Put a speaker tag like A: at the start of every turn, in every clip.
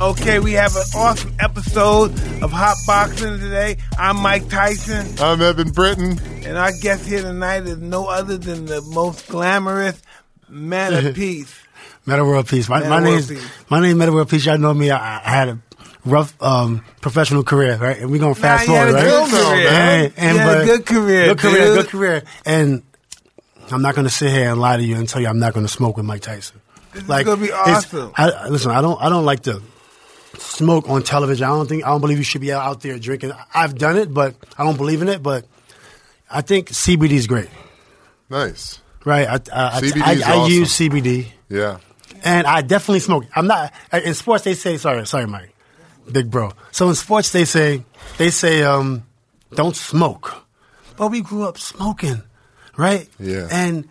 A: Okay, we have an awesome episode of Hot Boxing today. I'm Mike Tyson,
B: I'm Evan Britton.
A: and our guest here tonight is no other than the most glamorous man of peace.
C: Meta World Peace. My,
A: Meta
C: my
A: World
C: name's
A: Peace.
C: my name Meta World Peace. Y'all know me. I, I had a rough um, professional career, right? And we gonna fast
A: you had
C: forward,
A: a good
C: right?
A: career.
C: And, and-
A: You had a
C: but-
A: good career,
C: good career,
A: dude.
C: good career. And I'm not gonna sit here and lie to you and tell you I'm not gonna smoke with Mike Tyson.
A: This is gonna be
C: it's-
A: awesome.
C: I- I, listen, I don't I don't like to smoke on television. I don't think I don't believe you should be out there drinking. I- I've done it, but I don't believe in it. But I think CBD is great,
B: Nice.
C: right? I I,
B: CBD
C: I,
B: is
C: I, I
B: awesome.
C: use CBD.
B: Yeah.
C: And I definitely smoke. I'm not uh, in sports. They say sorry, sorry, Mike, big bro. So in sports, they say they say um, don't smoke. But we grew up smoking, right?
B: Yeah.
C: And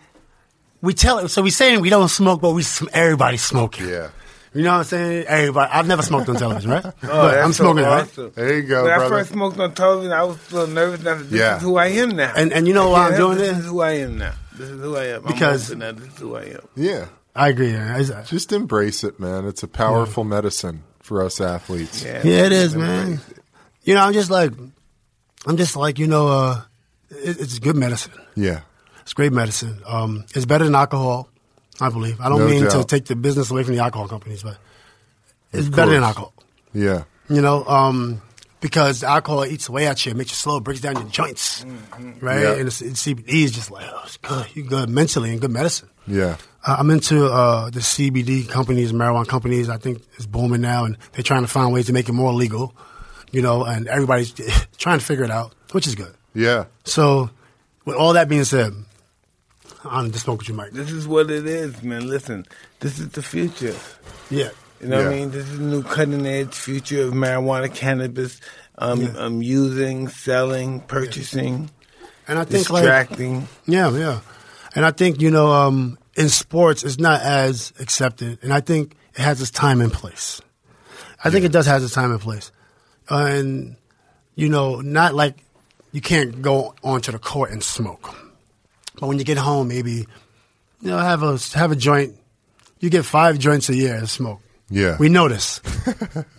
C: we tell so we saying we don't smoke, but we sm- everybody's smoking.
B: Yeah.
C: You know what I'm saying? Everybody. I've never smoked on television, right?
A: Oh,
C: but
A: that's
C: I'm
A: so
C: smoking, right?
A: awesome.
B: There you go,
A: When I
B: brother.
A: first smoked on television, I was a little nervous. Now, this
B: Yeah.
A: is who I am now.
C: And and you know why I'm
A: Yeah,
C: doing
A: this
C: this?
A: is who I am now. This is who I am. I'm
C: Because-
A: open now. This is who I am.
B: Yeah.
C: I agree. yeah. It's-
B: Just embrace it, man. It's a powerful medicine for us athletes.
A: Yeah.
C: Yeah, it is, man. You know, I'm just like, I'm just like, you know, uh, it, it's good medicine.
B: Yeah.
C: It's great medicine. Um, it's better than alcohol, I believe. I don't
B: No
C: mean to
B: doubt.
C: take the business away from the alcohol companies, but it's better than
B: course.
C: alcohol.
B: Yeah.
C: You know, um, because alcohol eats away at you, it makes you slow, breaks down your joints, right?
B: Mm-hmm. Yeah.
C: And it's, it's CBD is just like, oh, it's good. You good mentally and good medicine.
B: Yeah.
C: I- I'm into uh, the CBD companies, marijuana companies. I think it's booming now, and they're trying to find ways to make it more legal. You know, and everybody's trying to figure it out, which is good.
B: Yeah.
C: So, with all that being said, I'm just smoke with you, Mike.
A: This is what it is, man. Listen, this is the future.
C: Yeah.
A: You know what I
B: Yeah.
A: mean? This is the new cutting edge future of marijuana, cannabis, um,
C: Yeah.
A: um using, selling, purchasing,
C: And I think like
A: distracting.
C: yeah, yeah. And I think you know um in sports it's not as accepted and I think it has its time and place. I think it does has its time and place. Uh, and you know, not like you can't go onto the court and smoke. But when you get home maybe you know have a have a joint. You get 5 joints a year to smoke.
B: Yeah.
C: We notice.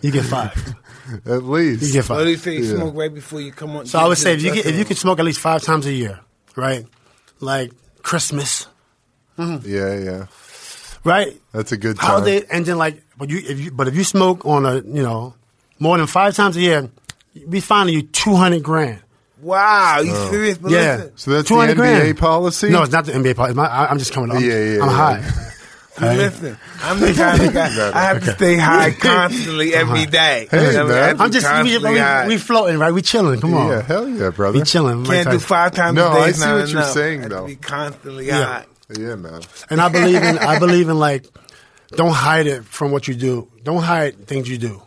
C: you get 5.
B: At least.
C: You get 5.
A: What do you say? You
B: Yeah.
A: smoke right before you come on.
C: So I would say if you
A: get
C: can, if you can smoke at least five times a year, right? Like Christmas,
B: Yeah. Yeah.
C: right?
B: That's a good
C: How
B: time.
C: they and then like, but you if you but if you smoke on a you know more than five times a year, we finding you two hundred grand.
A: wow, you
B: Oh.
A: serious? But
C: yeah,
A: listen,
B: So that's the
C: 200
B: NBA policy?
C: No, it's not the NBA policy. My, I, I'm just coming up.
B: Yeah, yeah,
C: I'm
B: yeah.
C: high. Right?
A: Listen, I'm the kind of guy I have to stay high constantly every day.
B: Hey,
A: I mean,
B: man.
A: I have to
C: I'm just we,
A: constantly
C: we,
A: high.
C: we floating right. We chilling. Come on,
B: Yeah. Hell yeah, brother.
C: we chilling. Mike
A: can't do
C: Tyson.
A: five times
B: No,
A: a day.
B: I
A: is
B: see
A: not
B: what you're
A: enough.
B: saying,
A: I have
B: though.
A: To be constantly
C: Yeah.
A: high.
B: Yeah, man.
C: And I believe in I believe in like don't hide it from what you do. Don't hide things you do.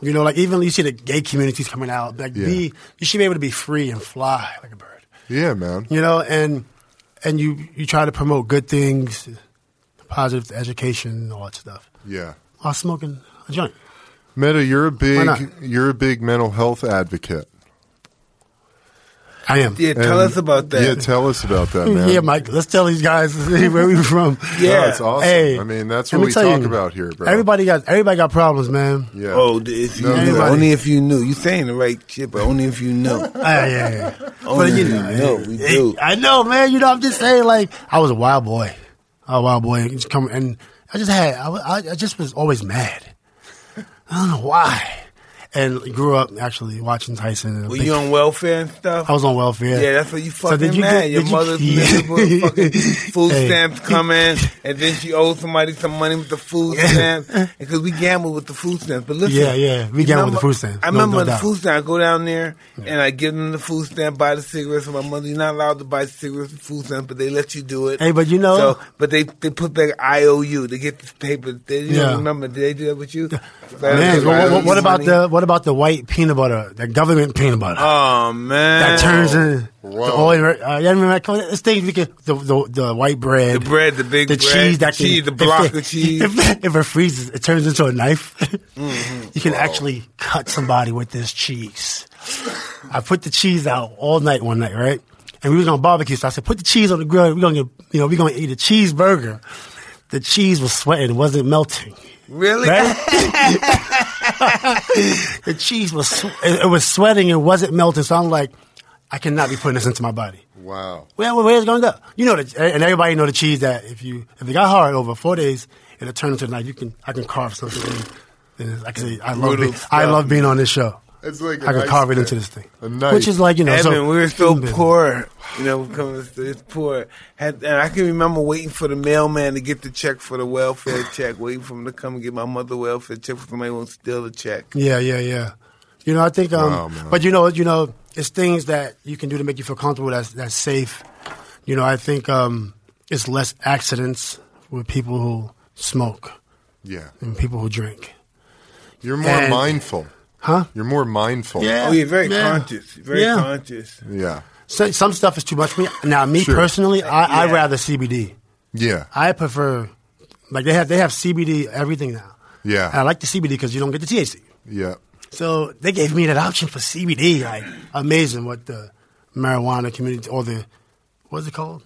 C: You know, like even you see the gay communities coming out. Like
B: Yeah.
C: be you should be able to be free and fly like a bird.
B: Yeah, man.
C: You know, and and you you try to promote good things, positive education, all that stuff.
B: Yeah.
C: While smoking a joint.
B: Meta, you're a
C: not?
B: big you're a big mental health advocate.
C: I am.
A: Yeah, tell
B: And-
A: us about that.
B: Yeah, tell us about that, man.
C: Yeah, Mike. Let's tell these guys where we from.
A: Yeah.
B: No, it's awesome.
C: Hey,
B: I mean, that's
C: let
B: what
C: me
B: we
C: tell
B: talk
C: you,
B: about here, bro.
C: Everybody got everybody got problems, man.
B: Yeah.
A: Oh, d- if you
B: No,
A: knew.
C: everybody-
A: only if you knew. You saying the right shit, but only if you knew.
C: Ah, yeah, yeah.
A: Oh,
C: but you
A: yeah,
C: know,
A: we know, we
C: hey,
A: do.
C: I know, man. You know, I'm just saying, like, I was a wild boy, a wild boy. Just come and I just had, I, wa- I, I just was always mad. I don't know why. And grew up actually watching Tyson. And
A: Were
C: I think-
A: you on welfare and stuff?
C: I was on welfare.
A: Yeah, that's what you
C: Oh, So
A: fucking
C: did you
A: mad.
C: get-
A: Your
C: did you-
A: mother's
C: Yeah.
A: miserable. fucking food
C: Hey.
A: stamps come in, and then she owes somebody some money with the food stamps because we gamble with the food stamps. But listen,
C: Yeah, yeah, we
A: you
C: gamble with
A: remember-
C: the food stamps.
A: I
C: No-
A: remember
C: no
A: the
C: doubt.
A: food stamp. I go down there and I give them the food stamp, buy the cigarettes for my mother. You're not allowed to buy cigarettes with food stamps, but they let you do it.
C: Hey, but you know-
A: so, but they they put back IOU. They get this paper. They, you
C: Yeah.
A: don't remember? Did they do that with you?
C: Man,
A: So I
C: what, what-
A: owe
C: what
A: you
C: about
A: money.
C: the what about the white peanut butter, the government peanut butter
A: Oh man,
C: that turns in
B: Whoa.
C: the oil? Uh, you remember that? It's things we can the, the the white bread,
A: The bread, the big
C: the
A: bread,
C: cheese that can,
A: cheese, the
C: if
A: block
C: it-
A: of cheese.
C: If, if it freezes, it turns into a knife.
A: Mm-hmm.
C: You can actually cut somebody with this cheese. I put the cheese out all night one night, right? And we was gonna barbecue, so I said, put the cheese on the grill. We're gonna get, you know, we're gonna eat a cheeseburger. the cheese was sweating, it wasn't melting.
A: Really?
C: Right? the cheese was sw- it, it was sweating, it wasn't melting. So I'm like, I cannot be putting this into my body.
B: Wow.
C: Where, where- where's it going to go? You know, the, and everybody know the cheese that if you if it got hard over four days, it'll turn into like you can I can carve something. in. And I can say I love
A: Brutal
C: being, I
A: stuff.
C: love being on this show.
B: It's like
C: I
B: an
C: can
B: ice
C: carve it
B: pick.
C: into this thing,
B: A knife.
C: which is like you know.
A: Evan,
C: so
A: we were so
C: human.
A: poor. You know, coming to this poor. Had, and I can remember waiting for the mailman to get the check for the welfare check, waiting for him to come and get my mother welfare check for somebody won't steal the check.
C: Yeah, yeah, yeah. You know, I think. Um,
B: Wow, man.
C: but you know, you know, it's things that you can do to make you feel comfortable. That's that's safe. You know, I think um, it's less accidents with people who smoke
B: Yeah.
C: and people who drink.
B: You're more
C: And-
B: mindful.
C: Huh?
B: You're more mindful.
C: Yeah.
A: Oh, you're very
C: Yeah.
A: conscious. Very
C: Yeah.
A: conscious.
B: Yeah.
C: So, some stuff is too much for me. Now, me
B: Sure.
C: personally, I, I
A: Yeah.
C: rather CBD.
B: Yeah.
C: I prefer like they have they have CBD everything now.
B: Yeah.
C: And I like the CBD because you don't get the THC.
B: Yeah.
C: So they gave me that option for CBD. Like amazing what the marijuana community or the what's it called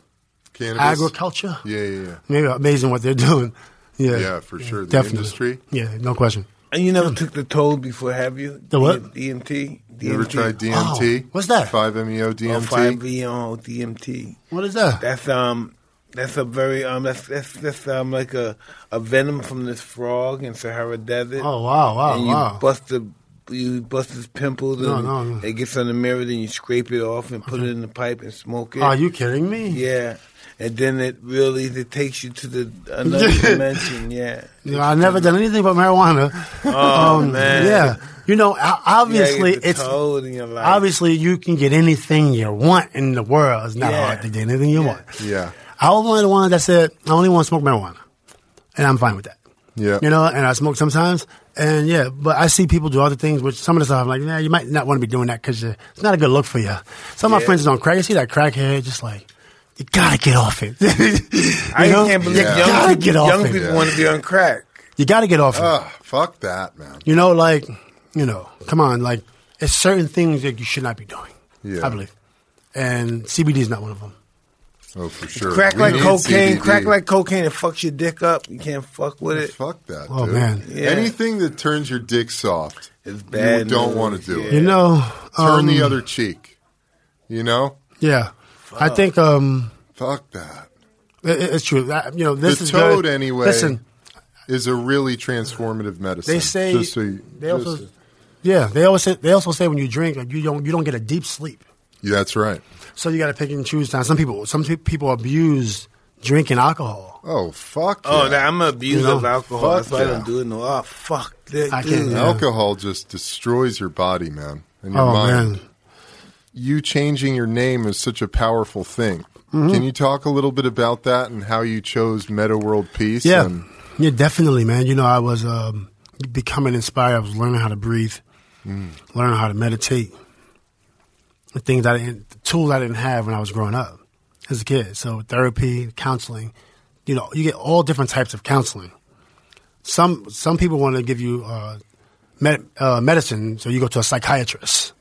B: Cannabis.
C: agriculture.
B: Yeah, yeah, yeah.
C: Maybe amazing what they're doing. Yeah,
B: Yeah, for sure. The
C: definitely.
B: industry.
C: Yeah, no question.
A: And you never took the toll before, have you?
C: The what?
A: DMT. DMT.
B: You ever tried DMT?
C: Oh, what's that?
B: 5-MeO
A: Oh,
B: DMT.
A: 5-MeO DMT.
C: What is that?
A: That's um, that's a very um, that's that's, that's um like a, a venom from this frog in Sahara Desert.
C: oh wow, wow,
A: and you
C: wow.
A: bust the you bust his pimples
C: No,
A: and
C: no, no.
A: it gets on the mirror. Then you scrape it off and put it in the pipe and smoke it.
C: Are you kidding me?
A: Yeah, and then it really it takes you to the another dimension. Yeah.
C: No, I've never done anything but marijuana.
A: Oh, man.
C: Um, Yeah, you know, o- obviously
A: you gotta get the
C: it's
A: toad in your life.
C: obviously you can get anything you want in the world. It's not
A: Yeah.
C: hard to get anything you
A: Yeah.
C: want.
B: Yeah.
C: I was one of the ones that said I only want to smoke marijuana, and I'm fine with that.
B: Yeah.
C: You know, and I smoke sometimes, and yeah, but I see people do other things, which some of the stuff I'm like, yeah, you might not want to be doing that because it's not a good look for you. Some of my
A: Yeah.
C: friends is on crack. You see that crackhead, just like you gotta get off it.
A: I
C: You know?
A: can't believe
B: Yeah.
C: you
A: young
C: gotta
A: people,
C: get off
A: young
C: it.
A: people
B: Yeah.
A: want to be on crack.
C: You gotta get off it.
B: Ugh, Ah, fuck that, man.
C: You know, like, you know, come on, like, it's certain things that you should not be doing.
B: Yeah.
C: I believe. And CBD is not one of them.
B: Oh, for sure.
A: Crack
B: We
A: like
B: need
A: cocaine.
B: CBD.
A: Crack like cocaine. It fucks your dick up. You can't fuck with it.
B: Fuck that,
C: Oh,
B: dude.
C: man.
A: Yeah.
B: Anything that turns your dick soft,
A: It's bad.
B: you don't
A: news,
B: want to do
A: yeah.
B: it.
C: You know,
B: Turn
C: um,
B: the other cheek. You know?
C: yeah. I think um,
B: Fuck that.
C: i- i- it's true. I, you know, this
B: The
C: is
B: toad,
C: good.
B: anyway.
C: Listen,
B: Is a really transformative medicine.
C: they say
B: Just so you-
C: they also,
B: just-
C: yeah, they always say, they also say when you drink, like, you don't you don't get a deep sleep.
B: Yeah, that's right.
C: So you got to pick and choose. Now, some people some pe- people abuse drinking alcohol.
B: Oh, fuck.
A: Oh,
B: yeah.
A: nah, I'm an abuser
C: You know,
A: of alcohol. That's
B: fuck
A: why I don't
B: yeah.
A: do it no. Oh, fuck that.
C: I
A: I
C: can't-
A: can't.
C: yeah.
B: Alcohol just destroys your body, man, and your
C: Oh
B: mind.
C: man,
B: You changing your name is such a powerful thing.
C: Mm-hmm.
B: Can you talk a little bit about that and how you chose Meta World Peace?
C: Yeah,
B: and-
C: yeah, definitely, man. You know, I was um, becoming inspired. I was learning how to breathe, learning how to meditate. The things I didn't, the tools I didn't have when I was growing up as a kid. So therapy, counseling, you know, you get all different types of counseling. Some some people want to give you uh, med- uh, medicine, so you go to a psychiatrist,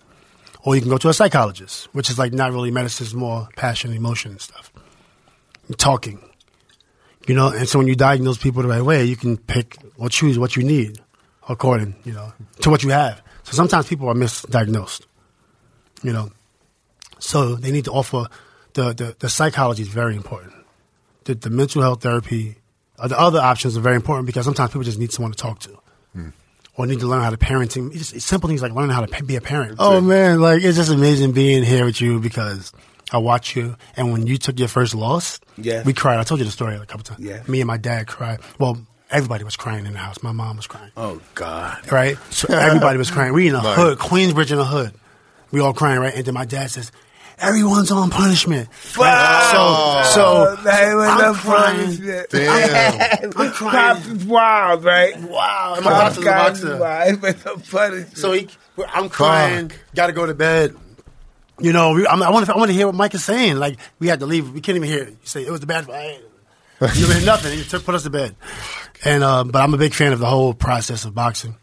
C: or you can go to a psychologist, which is like not really medicine, it's more passion, emotion, and stuff. Talking. You know, and so when you diagnose people the right way, you can pick or choose what you need according, you know, to what you have. So sometimes people are misdiagnosed, you know. So they need to offer the, the, the psychology is very important. The, the mental health therapy, uh, the other options are very important because sometimes people just need someone to talk to. Or need to learn how to parenting. It's just it's simple things like learning how to pa- be a parent. Oh man, like it's just amazing being here with you because I watch you. And when you took your first loss,
A: Yes.
C: we cried. I told you the story a couple times.
A: Yeah.
C: Me and my dad cried. Well, everybody was crying in the house. My mom was crying.
A: Oh, God.
C: Right? So everybody was crying. We in the
B: Right.
C: hood, Queensbridge in the hood. We all crying, right? And then my dad says, Everyone's on punishment.
A: Wow.
C: So so
A: they went
C: I'm
A: up
C: crying.
A: on this shit.
B: Damn.
C: I'm
A: Pops
C: crying.
A: is wild, right?
C: Wow. And my
A: Pops
C: boss is a
A: got
C: boxer.
A: wild. He went up on this shit.
C: So he, I'm crying.
B: Fuck.
C: Got to go to bed. You know, we, I'm, I want to. I want to hear what Mike is saying. Like we had to leave. We can't even hear. it. You say it was the bad. I, you hear nothing. He took put us to bed. And uh, but I'm a big fan of the whole process of boxing.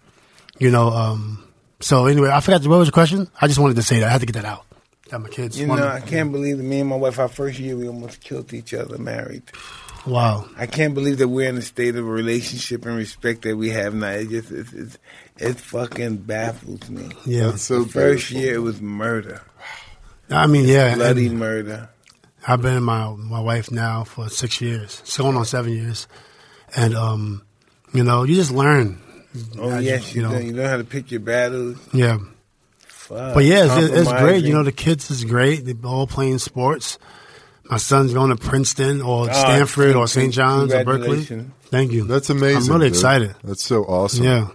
C: You know. Um, so anyway, I forgot what was the question. I just wanted to say that. I had to get that out. That my kids.
A: You
C: wanted-
A: know, I can't believe that me and my wife, our first year, we almost killed each other married.
C: Wow.
A: I can't believe that we're in a state of relationship and respect that we have now. It just it's, it's, it fucking baffles me.
C: Yeah.
B: That's so
A: First
B: beautiful.
A: year it was murder,
C: I mean, yeah.
A: bloody
C: and
A: murder.
C: I've been in my my wife now for six years. It's going on seven years, and um, you know, you just learn.
A: Oh
C: I
A: yes,
C: just-
A: you, know you know how to pick your battles.
C: Yeah.
A: Fuck,
C: But yeah, it's, it's great.
A: compromising.
C: You know, the kids is great. They're all playing sports. My son's going to Princeton or Stanford or St. John's
A: Ah,
C: or Berkeley.
A: congratulations.
C: Thank you.
B: That's amazing.
C: I'm really
B: dude.
C: excited.
B: That's so awesome.
C: Yeah.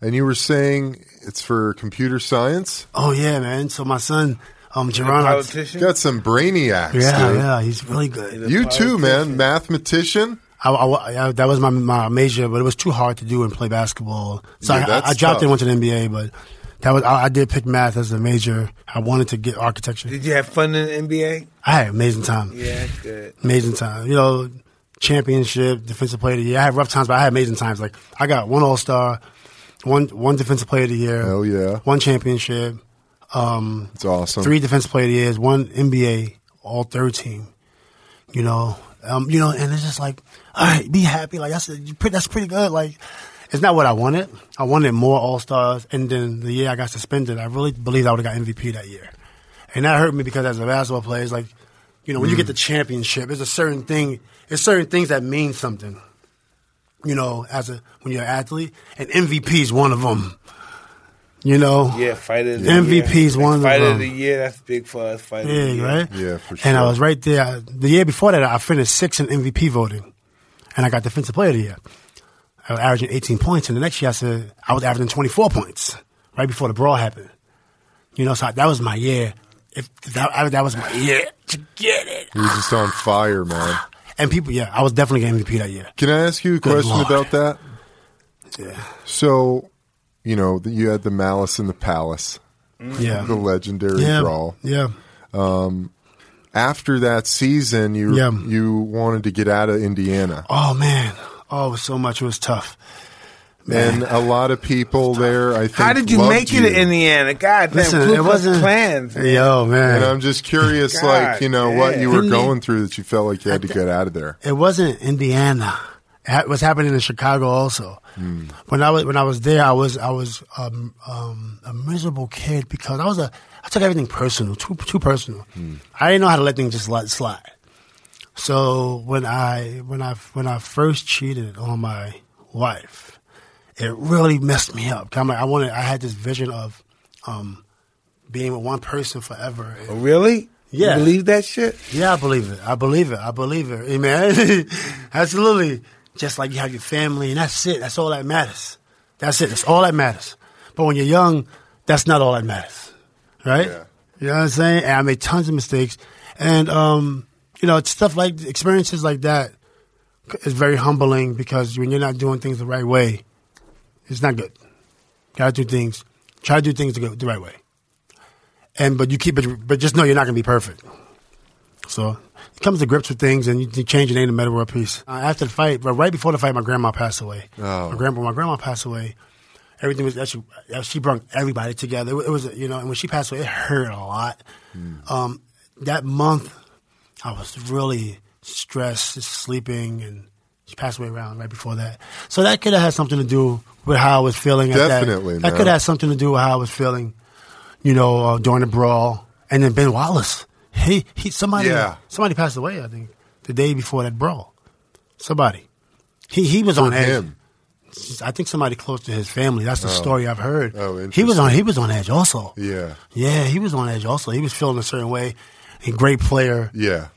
B: And you were saying it's for computer science?
C: Oh yeah, man. So my son, um, Geron.
A: politician.
B: Got some brainiacs,
C: Yeah,
B: dude.
C: yeah. He's really good.
B: You too, man. Mathematician.
C: I, I- I- that was my my major, but it was too hard to do and play basketball. So
B: Yeah,
C: I- I,
B: that's
C: I dropped
B: tough.
C: and went to the NBA, but that was I, I did pick math as a major. I wanted to get architecture.
A: Did you have fun in the NBA?
C: I had an amazing time.
A: Yeah, good.
C: Amazing time. You know, championship, defensive player of the year. I had rough times, but I had amazing times. Like I got one All Star, one one defensive player of the year,
B: Hell yeah.
C: one championship, um,
B: It's awesome.
C: three defensive player of the years, one NBA All Third team. You know, um, you know, and it's just like, all right, be happy. Like that's you pretty, that's pretty good. Like it's not what I wanted. I wanted more All Stars, and then the year I got suspended, I really believed I would have got MVP that year, and that hurt me because as a basketball player, it's like, you know, when you get the championship, it's a certain thing. It's certain things that mean something. You know, as a when you're an athlete, and MVP is one of them. You know,
A: Yeah, fighter of the
C: MVP
A: year.
C: is one of
A: Fighter
C: them.
A: of the year. That's big for us. Fighter of the
C: big,
A: year.
C: right?
B: Yeah, for
C: And I
B: sure.
C: was right there. I- The year before that, I finished sixth in MVP voting, and I got Defensive Player of the Year. I was averaging 18 points, and the next year I said I was averaging 24 points right before the brawl happened. You know, so I, that was my year. If that, I, that was my year to get it,
B: He was just on fire, man.
C: and people, yeah, I was definitely getting MVP that year.
B: Can I ask you a
C: Good
B: question
C: Lord.
B: about that?
C: Yeah,
B: So, you know, that you had the Malice in the Palace,
A: Mm-hmm.
B: the
C: yeah,
B: legendary
C: yeah,
B: brawl.
C: yeah.
B: After that season, you
C: Yeah.
B: you wanted to get out of Indiana,
C: Oh man, oh it was so much. It was tough.
A: Oh,
B: and a lot of people there. I think.
A: How did you
B: loved
A: make it in Indiana? God damn,
C: Listen,
A: Ku
C: it
A: Klux
C: wasn't
A: Klans, man.
C: Yo, man.
B: And I'm just curious,
A: God
B: like you know, what
A: damn.
B: you were
C: Didn't
B: going through that you felt like you had to get out of there.
C: It wasn't Indiana. It ha- was happening in Chicago also. When I was when I was there, I was I was um, um, a miserable kid because I was a I took everything personal, too too personal. I didn't know how to let things just let slide. So when I when I when I first cheated on my wife, it really messed me up. 'Cause I'm like, I wanted I had this vision of um, being with one person forever. And-
A: Really?
C: Yeah.
A: You believe that shit?
C: yeah, I believe it. I believe it. I believe it. Amen. Absolutely. Just like you have your family, and that's it. That's all that matters. That's it. That's all that matters. But when you're young, that's not all that matters, right?
B: Yeah.
C: You know what I'm saying? And I made tons of mistakes, and um, you know, it's stuff like experiences like that is very humbling because when you're not doing things the right way, it's not good. Gotta do things. Try to do things the, go- the right way. And but you keep it. But just know you're not gonna be perfect. So it comes to grips with things, and you, you change your name to Meta World Peace. Uh, after the fight, but right before the fight, my grandma passed away.
B: Oh.
C: My grandma, my grandma passed away. Everything was actually uh, she brought everybody together. It, wa- it was you know, and when she passed away, it hurt a lot. Um, that month, I was really stressed, just sleeping, and she passed away around right before that. So that could have had something to do with how I was feeling. at that-
B: Definitely,
C: that,
B: man.
C: could have had something to do with how I was feeling. You know, uh, during the brawl, and then Ben Wallace. He he somebody
B: Yeah.
C: somebody passed away. I think the day before that brawl, somebody. He he was on edge.
B: Him.
C: I think somebody close to his family. That's the story I've heard.
B: Oh,
C: he was on he was on edge also.
B: Yeah.
C: Yeah, he was on edge also. He was feeling a certain way. A great player.
B: Yeah.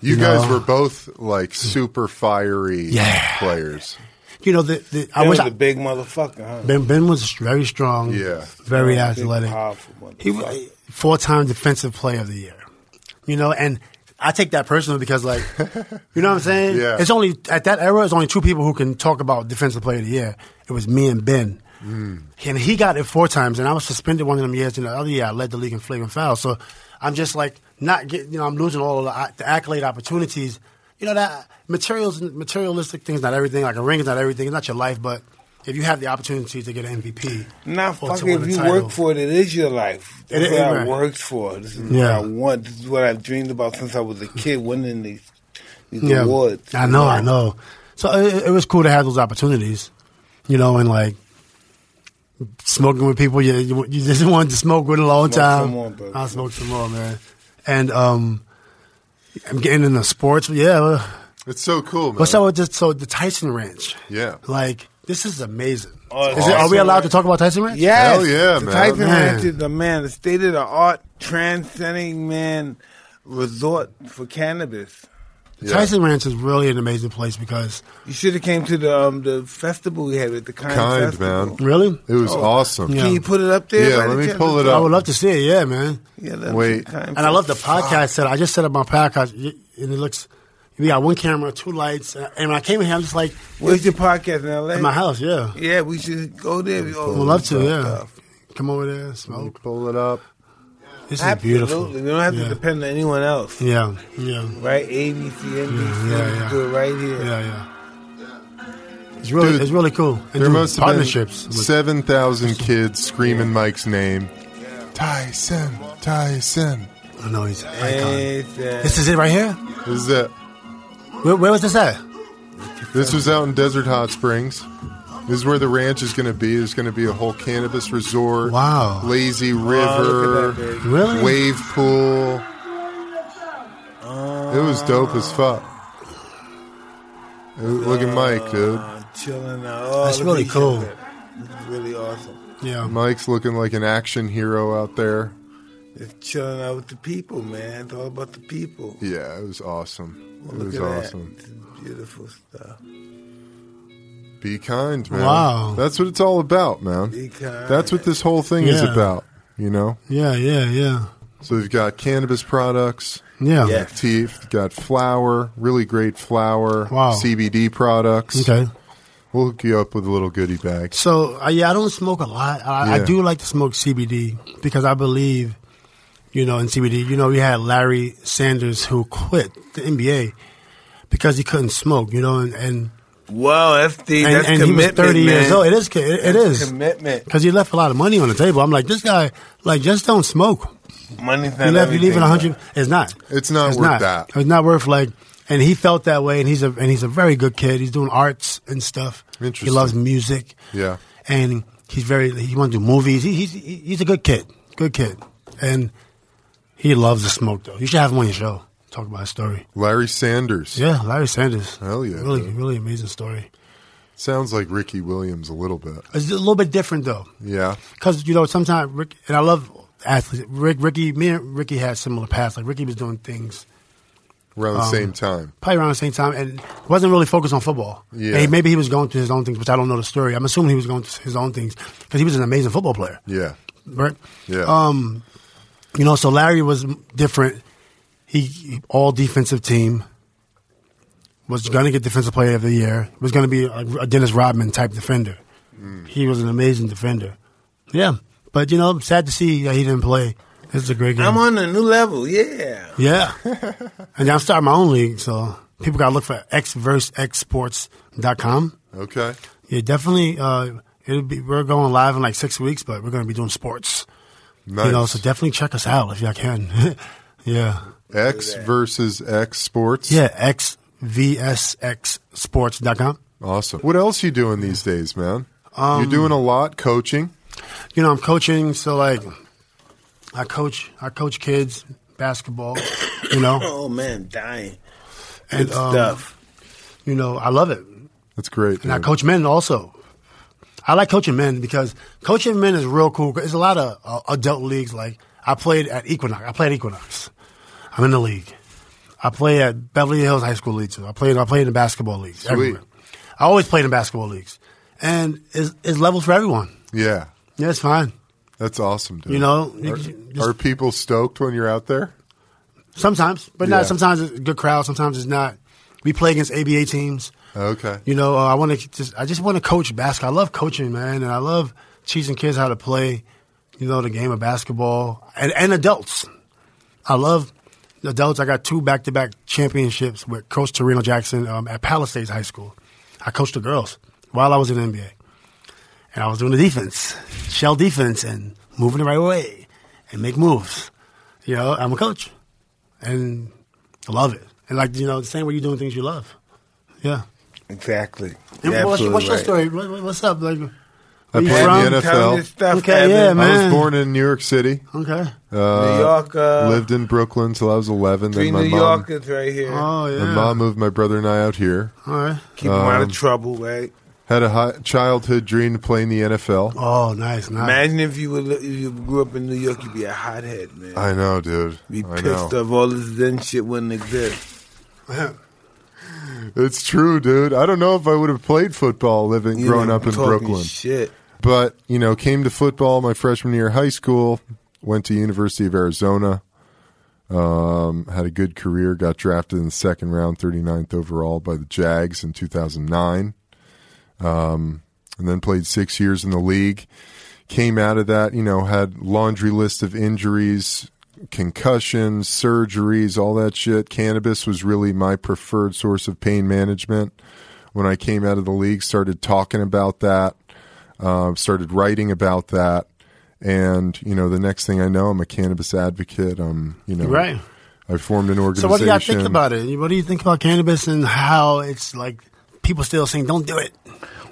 B: You
C: You
B: guys
C: know.
B: were both like super fiery
C: Yeah.
B: players.
C: You know, the, the I
A: I
C: wish
A: was a
C: I,
A: big motherfucker, huh?
C: Ben Ben was very strong.
B: Yeah.
C: very
A: Big,
C: athletic.
A: powerful motherfucker.
C: He was four time defensive player of the year. You know, and I take that personal because, like, you know what I'm saying?
B: Yeah.
C: It's only at that era. It's only two people who can talk about defensive player of the year. It was me and Ben. And he got it four times, and I was suspended one of them years, and the other year I led the league in flagrant fouls. So I'm just like not getting, you know, I'm losing all of the, the accolade opportunities. You know that materials, materialistic things, not everything. Like a ring is not everything. It's not your life, but if you have the opportunity to get an MVP,
A: Now,
C: or to
A: fuck if
C: win a
A: you
C: title-
A: work for it, it is your life.
C: It
A: That's
C: is,
A: what I
C: right.
A: worked for. This is what
C: Yeah.
A: I want. This is what I've dreamed about since I was a kid. Winning these, these
C: Yeah.
A: awards.
C: I know, I know. So it, it was cool to have those opportunities, you know, and like smoking with people you you, you just wanted to smoke with a long
A: Smoke
C: time.
A: some more, bro.
C: I smoked some more, man. And um, I'm getting into sports. Yeah,
B: It's so cool, man.
C: what's up with this? So the Tyson Ranch,
B: Yeah.
C: like this is amazing.
A: Oh,
C: is it, are we
A: awesome.
C: allowed to talk about Tyson Ranch?
A: Yes.
B: Hell yeah,
A: the
B: man.
A: Titan
C: Man.
A: Ranch is a man, a state of the art, transcending man resort for cannabis.
B: Yeah.
C: Tyson Ranch is really an amazing place because
A: You should have came to the um, the festival we had at the Kind,
B: Kind,
A: Festival.
B: man.
C: really,
B: It was
A: Oh.
B: awesome.
C: Yeah.
A: Can you put it up there?
B: Yeah,
A: by
B: let
A: the
B: me
A: chance?
B: pull it
C: I
B: up.
C: would love to see it. Yeah, man.
A: Yeah, let me
B: Wait.
A: see the Kind
C: And I love the
A: Festival.
C: podcast set. I just set up my podcast, y- and it looks. We got one camera, two lights, and when I came in here, I'm just like
A: Where's your podcast in L.A.?
C: at my house. Yeah,
A: Yeah, we should go there. We
C: I would love to. Yeah, come over there,
B: Let me
C: smoke.
B: pull it up.
C: This is
A: Absolutely.
C: beautiful.
A: We don't have to
C: Yeah.
A: depend on anyone else.
C: Yeah, yeah,
A: Right? ABC, NBC,
C: Yeah, yeah, yeah.
A: E, do it right here.
C: yeah, yeah. It's really,
B: Dude,
C: it's really cool. And
B: There
C: do
B: must have been
C: partnerships. with-
B: seven thousand kids screaming Mike's name. Tyson, Tyson.
C: I know he's an icon.
A: It's, uh,
C: This is it right here.
B: This is it.
C: Where, where was this at?
B: This was out in Desert Hot Springs. This is where the ranch is going to be. There's going to be a whole cannabis resort.
C: Wow.
B: Lazy
A: look at that,
B: river.
A: baby.
C: Really?
B: Wave pool. It was dope as fuck. Ooh, Look at Mike, dude.
A: Uh, chilling out. Oh,
C: That's
A: look
C: really
A: at you,
C: cool.
A: Shepard. It's really awesome.
C: Yeah.
B: Mike's looking like an action hero out there.
A: Just chilling out with the people, man. It's all about the people.
B: Yeah, it was awesome. It
A: Look
B: was
A: at
B: awesome.
A: that. It's beautiful stuff.
B: Be kind, man.
C: Wow.
B: That's what it's all about, man.
A: Be kind.
B: That's what this whole thing is
C: Yeah.
B: about, you know?
C: Yeah. Yeah. Yeah.
B: So we've got cannabis products,
C: Yeah.
A: Yeah.
B: teeth, we've got flour, really great flour,
C: Wow.
B: CBD products.
C: Okay.
B: We'll hook you up with a little goodie bag.
C: So I yeah, I don't smoke a lot. I, I
B: Yeah.
C: do like to smoke CBD because I believe, you know, in CBD. You know, we had Larry Sanders who quit the NBA because he couldn't smoke. You know, and and,
A: Wow, that's the
C: and,
A: that's
C: and he was
A: commitment,
C: thirty
A: man.
C: years old. It is. It, it
A: That's
C: is
A: commitment.
C: because he left a lot of money on the table. I'm like, this guy, like, just don't smoke.
A: Money's not
C: You left. You leaving
A: everything,
C: a hundred. It's not.
B: It's not worth that.
C: It's not worth like. And he felt that way, and he's a and he's a very good kid. He's doing arts and stuff.
B: Interesting.
C: He loves music.
B: Yeah.
C: and he's very he wants to do movies. He, he's he- he's a good kid, good kid, and he loves to smoke though. You should have him on your show. Talk about his story.
B: Larry Sanders.
C: Yeah, Larry Sanders.
B: Hell yeah,
C: really
B: dude.
C: really amazing story.
B: Sounds like Ricky Williams a little bit.
C: It's a little bit different though,
B: Yeah.
C: because you know sometimes Rick and I love athletes. Rick Ricky me and Ricky had similar paths. Like Ricky was doing things
B: Around
C: Um,
B: the same time.
C: probably around the same time and wasn't really focused on football.
B: Yeah.
C: And he- maybe he was going through his own things, which I don't know the story. I'm assuming he was going through his own things because he was an amazing football player.
B: Yeah.
C: right?
B: Yeah.
C: Um, you know, so Larry was different. He all defensive team was going to get defensive player of the year. Was going to be a, a Dennis Rodman type defender. He was an amazing defender. Yeah, but you know, I'm sad to see that he didn't play. This is a great game.
A: I'm on a new level. Yeah.
C: yeah, and I'm starting my own league, so people got to look for xversesports.com.
B: Okay.
C: Yeah, definitely. Uh, it'll be we're going live in like six weeks, but we're going to be doing sports.
B: Nice.
C: You know, so definitely check us out if y'all can. yeah.
B: X versus X Sports.
C: Yeah, xvsxsports.com.
B: Awesome. What else you doing these days, man?
C: Um,
B: You're doing a lot coaching.
C: You know, I'm coaching, so like I coach I coach kids basketball, you know.
A: Oh man, dying.
C: And
A: Good
C: um,
A: stuff.
C: you know, I love it.
B: That's great.
C: And I
B: dude.
C: coach men also. I like coaching men because coaching men is real cool. There's a lot of uh, adult leagues. Like I played at Equinox. I played at Equinox. I'm in the league. I play at Beverly Hills High School League too. I played. I played in the basketball leagues. Everywhere. I always played in basketball leagues, and it's, it's levels for everyone.
B: Yeah.
C: Yeah, it's fine.
B: That's awesome, dude.
C: You know, you
B: are,
C: can just-
B: are people stoked when you're out there?
C: Sometimes, but
B: Yeah.
C: not. Sometimes it's a good crowd. Sometimes it's not. We play against ABA teams.
B: Okay.
C: You know, uh, I want to just I just want to coach basketball. I love coaching, man, and I love teaching kids how to play, you know, the game of basketball and, and adults. I love adults. I got two back to back championships with Coach Torino Jackson um, at Palisades High School. I coached the girls while I was in the NBA, and I was doing the defense, shell defense, and moving the right way and make moves. You know, I'm a coach, and I love it. and like you know, the same way you're doing things you love. Yeah.
A: Exactly.
C: And
A: You're
C: what's,
A: absolutely
C: what's your
A: right.
C: story? What, what- what's up? Like,
B: I
C: where
B: played
C: you
B: in
C: from?
B: the
A: Telling
B: NFL.
A: this stuff,
C: Okay,
A: Evan.
C: yeah, man.
B: I was
C: Man.
B: born in New York City.
C: okay.
B: Uh,
A: New York. Uh,
B: lived in Brooklyn till I was 11.
A: three
B: Then my
A: New
B: mom,
A: Yorkers right here.
C: Oh yeah.
B: my mom moved my brother and I out here.
C: All right.
A: Keep them
B: Um,
A: out of trouble, right?
B: Had a high, childhood dream to play in the NFL.
C: Oh, nice, nice.
A: Imagine if you were, li- if you grew up in New York, you'd be a hothead, man.
B: I know, dude.
A: be
B: I
A: pissed
B: know.
A: off. All this then shit wouldn't exist.
B: It's true, dude. I don't know if I would have played football living
A: You
B: growing
A: know,
B: up in
A: talking
B: Brooklyn.
A: Shit.
B: but you know came to football my freshman year of high school went to university of arizona um, had a good career got drafted in the second round 39th overall by the jags in 2009 um, and then played six years in the league came out of that you know had laundry list of injuries concussions surgeries all that shit cannabis was really my preferred source of pain management when i came out of the league started talking about that uh, started writing about that. And you know, the next thing I know, I'm a cannabis advocate. I'm you know,
C: Right.
B: I formed an
C: So
B: organization.
C: what do y'all think about it? What do you think about cannabis and how it's like people still saying don't do it?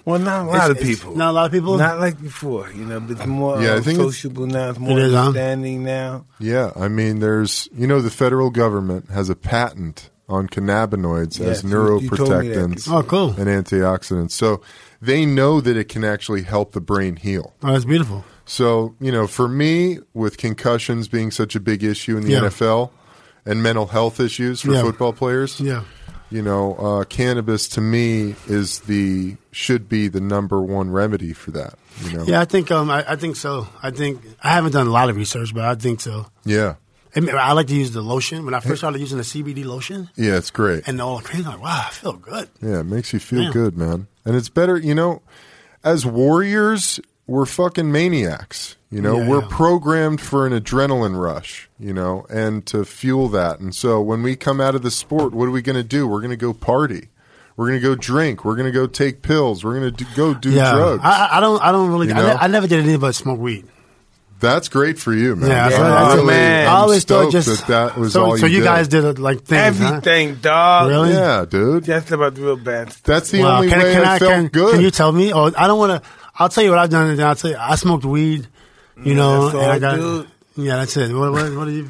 A: Well, not a lot
C: It's-
A: of
C: it's
A: people.
C: Not a lot of people.
A: Not like before, you know. But it's more
B: Yeah, I
A: um,
B: think it's-
A: sociable now. It's more
C: It is, huh?
A: understanding now.
B: Yeah, I mean, there's you know, the federal government has a patent on cannabinoids
A: Yes,
B: as
A: you- you told me that.
B: neuroprotectants
C: oh, cool.
B: and antioxidants. So they know that it can actually help the brain heal.
C: Oh, that's beautiful.
B: So, you know, for me, with concussions being such a big issue in the
C: Yeah.
B: NFL and mental health issues for
C: Yeah.
B: football players,
C: Yeah.
B: you know, uh, cannabis to me is the should be the number one remedy for that. You know,
C: Yeah, I think um, I, I think so. I think I haven't done a lot of research, but I think so.
B: yeah,
C: I, mean, I like to use the lotion. When I first started using the CBD lotion,
B: yeah, it's great.
C: and all crazy, like wow, I feel good.
B: Yeah, it makes you feel
C: Yeah.
B: good, man. And it's better, you know, as warriors, we're fucking maniacs. You know,
C: Yeah,
B: we're
C: yeah.
B: programmed for an adrenaline rush, you know, and to fuel that. And so when we come out of the sport, what are we going to do? We're going to go party. We're going to go drink. We're going to go take pills. We're going to do, go do
C: yeah,
B: drugs.
C: I, I- I don't. I don't really.
B: You
C: I, ne-
B: know?
C: I never did anything but smoke weed.
B: That's great for you, man.
C: Yeah,
B: I'm
C: that's what I-
A: Oh,
B: really-
A: man.
C: I
B: I'm
C: always thought
B: stoked
C: just
B: that, that was
C: so,
B: all
C: so
B: you,
C: you
B: did.
C: guys did uh, like things. huh?
A: Everything, dog.
C: Really?
B: Yeah, dude.
A: That's about the real bad.
B: That's the
C: Wow.
B: only way I, felt
C: can,
B: good.
C: Can you tell me? Or I don't want to. I'll tell you what I've done. And then I'll tell you. I smoked weed. You know,
A: that's
C: and I
A: all,
C: got.
A: dude.
C: Yeah, that's it. What, what, what do you?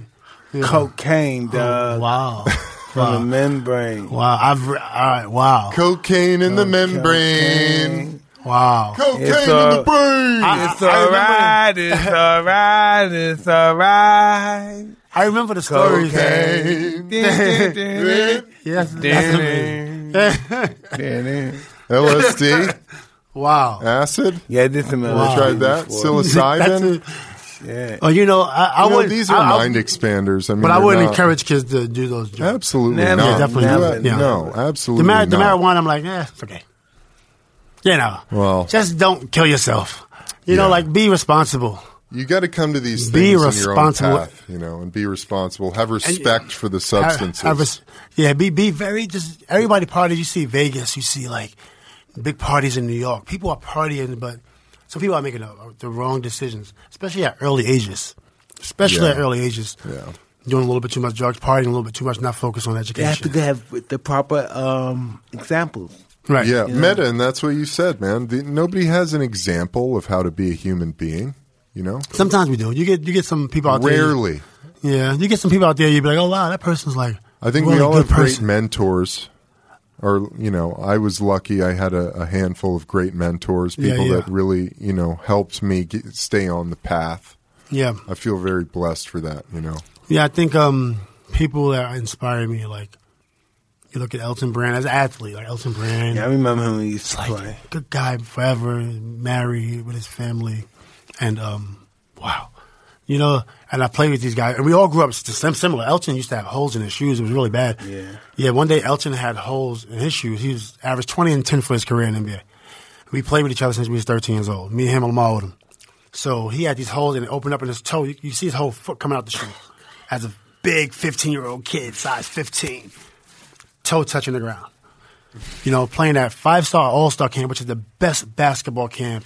C: Yeah.
A: Cocaine,
B: Oh,
A: dog.
C: Wow.
A: uh, From the
C: wow.
A: membrane.
C: Wow. I've. re- All right. Wow.
B: Cocaine in the membrane.
A: Cocaine.
C: Wow.
B: Cocaine
A: It's,
B: in
A: uh,
B: the brain.
A: It's alright. It's alright. It's alright.
C: I remember the stories.
B: Cocaine.
C: Yes. That's amazing.
B: LSD,
C: wow.
B: acid.
A: yeah, I did some
C: Wow.
B: Tried that.
C: Ah, That's
B: Psilocybin.
C: it.
A: Yeah.
C: Oh, you know, I, I
B: You know,
C: would.
B: these
C: I,
B: are
C: I-
B: mind expanders. I mean,
C: but I
B: they're
C: wouldn't
B: not-
C: encourage kids to do those drugs.
B: Absolutely
A: Never,
B: not.
C: definitely
B: You
C: never,
B: ha-
C: yeah.
B: No,
C: The,
B: absolutely
C: mar- the
B: not.
C: marijuana, I'm like, eh, it's okay. You know,
B: Well-
C: just don't kill yourself. You
B: Yeah.
C: know, like be responsible.
B: You got to come to these
C: Be
B: things in your own
C: responsible.
B: path, you know, and be responsible. Have respect for the substances.
C: Have- have res- yeah, be be very just everybody parties. You see Vegas, you see like big parties in New York. People are partying, but some people are making the, the wrong decisions, especially at early ages. Especially at
B: Yeah.
C: early ages,
B: Yeah.
C: doing a little bit too much drugs, partying a little bit too much, not focused on
A: They have
C: education.
A: to have the proper um, examples.
C: right?
B: yeah, meta, and that's what you said, man. The, nobody has an example of how to be a human being, you know?
C: Sometimes we do. You get you get some people out there.
B: Rarely.
C: Yeah, you get some people out there. You'd be like, oh wow, that person's like.
B: I think
C: really
B: we all
C: good
B: have great
C: person.
B: mentors. Or you know, I was lucky. I had a, a handful of great mentors,
C: Yeah,
B: people
C: yeah.
B: that really you know helped me get, stay on the path.
C: Yeah,
B: I feel very blessed for that. You know,
C: yeah. I think um, people that inspire me, like you look at Elton Brand as an athlete, like Elton Brand,
A: Yeah, I remember him when he used to
C: like
A: play.
C: good guy forever, married with his family, and um, wow, you know. And I played with these guys, and we all grew up s- sim- similar. Elton used to have holes in his shoes; it was really bad.
A: Yeah.
C: yeah. One day, Elton had holes in his shoes. He was averaged twenty and ten for his career in NBA. We played with each other since we was thirteen years old. Me, him, and Lamar Odom. So he had these holes, and it opened up in his toe. You, you see his whole foot coming out the shoe as a big fifteen-year-old kid, size fifteen, toe touching the ground you know, playing at five star all star camp, which is the best basketball camp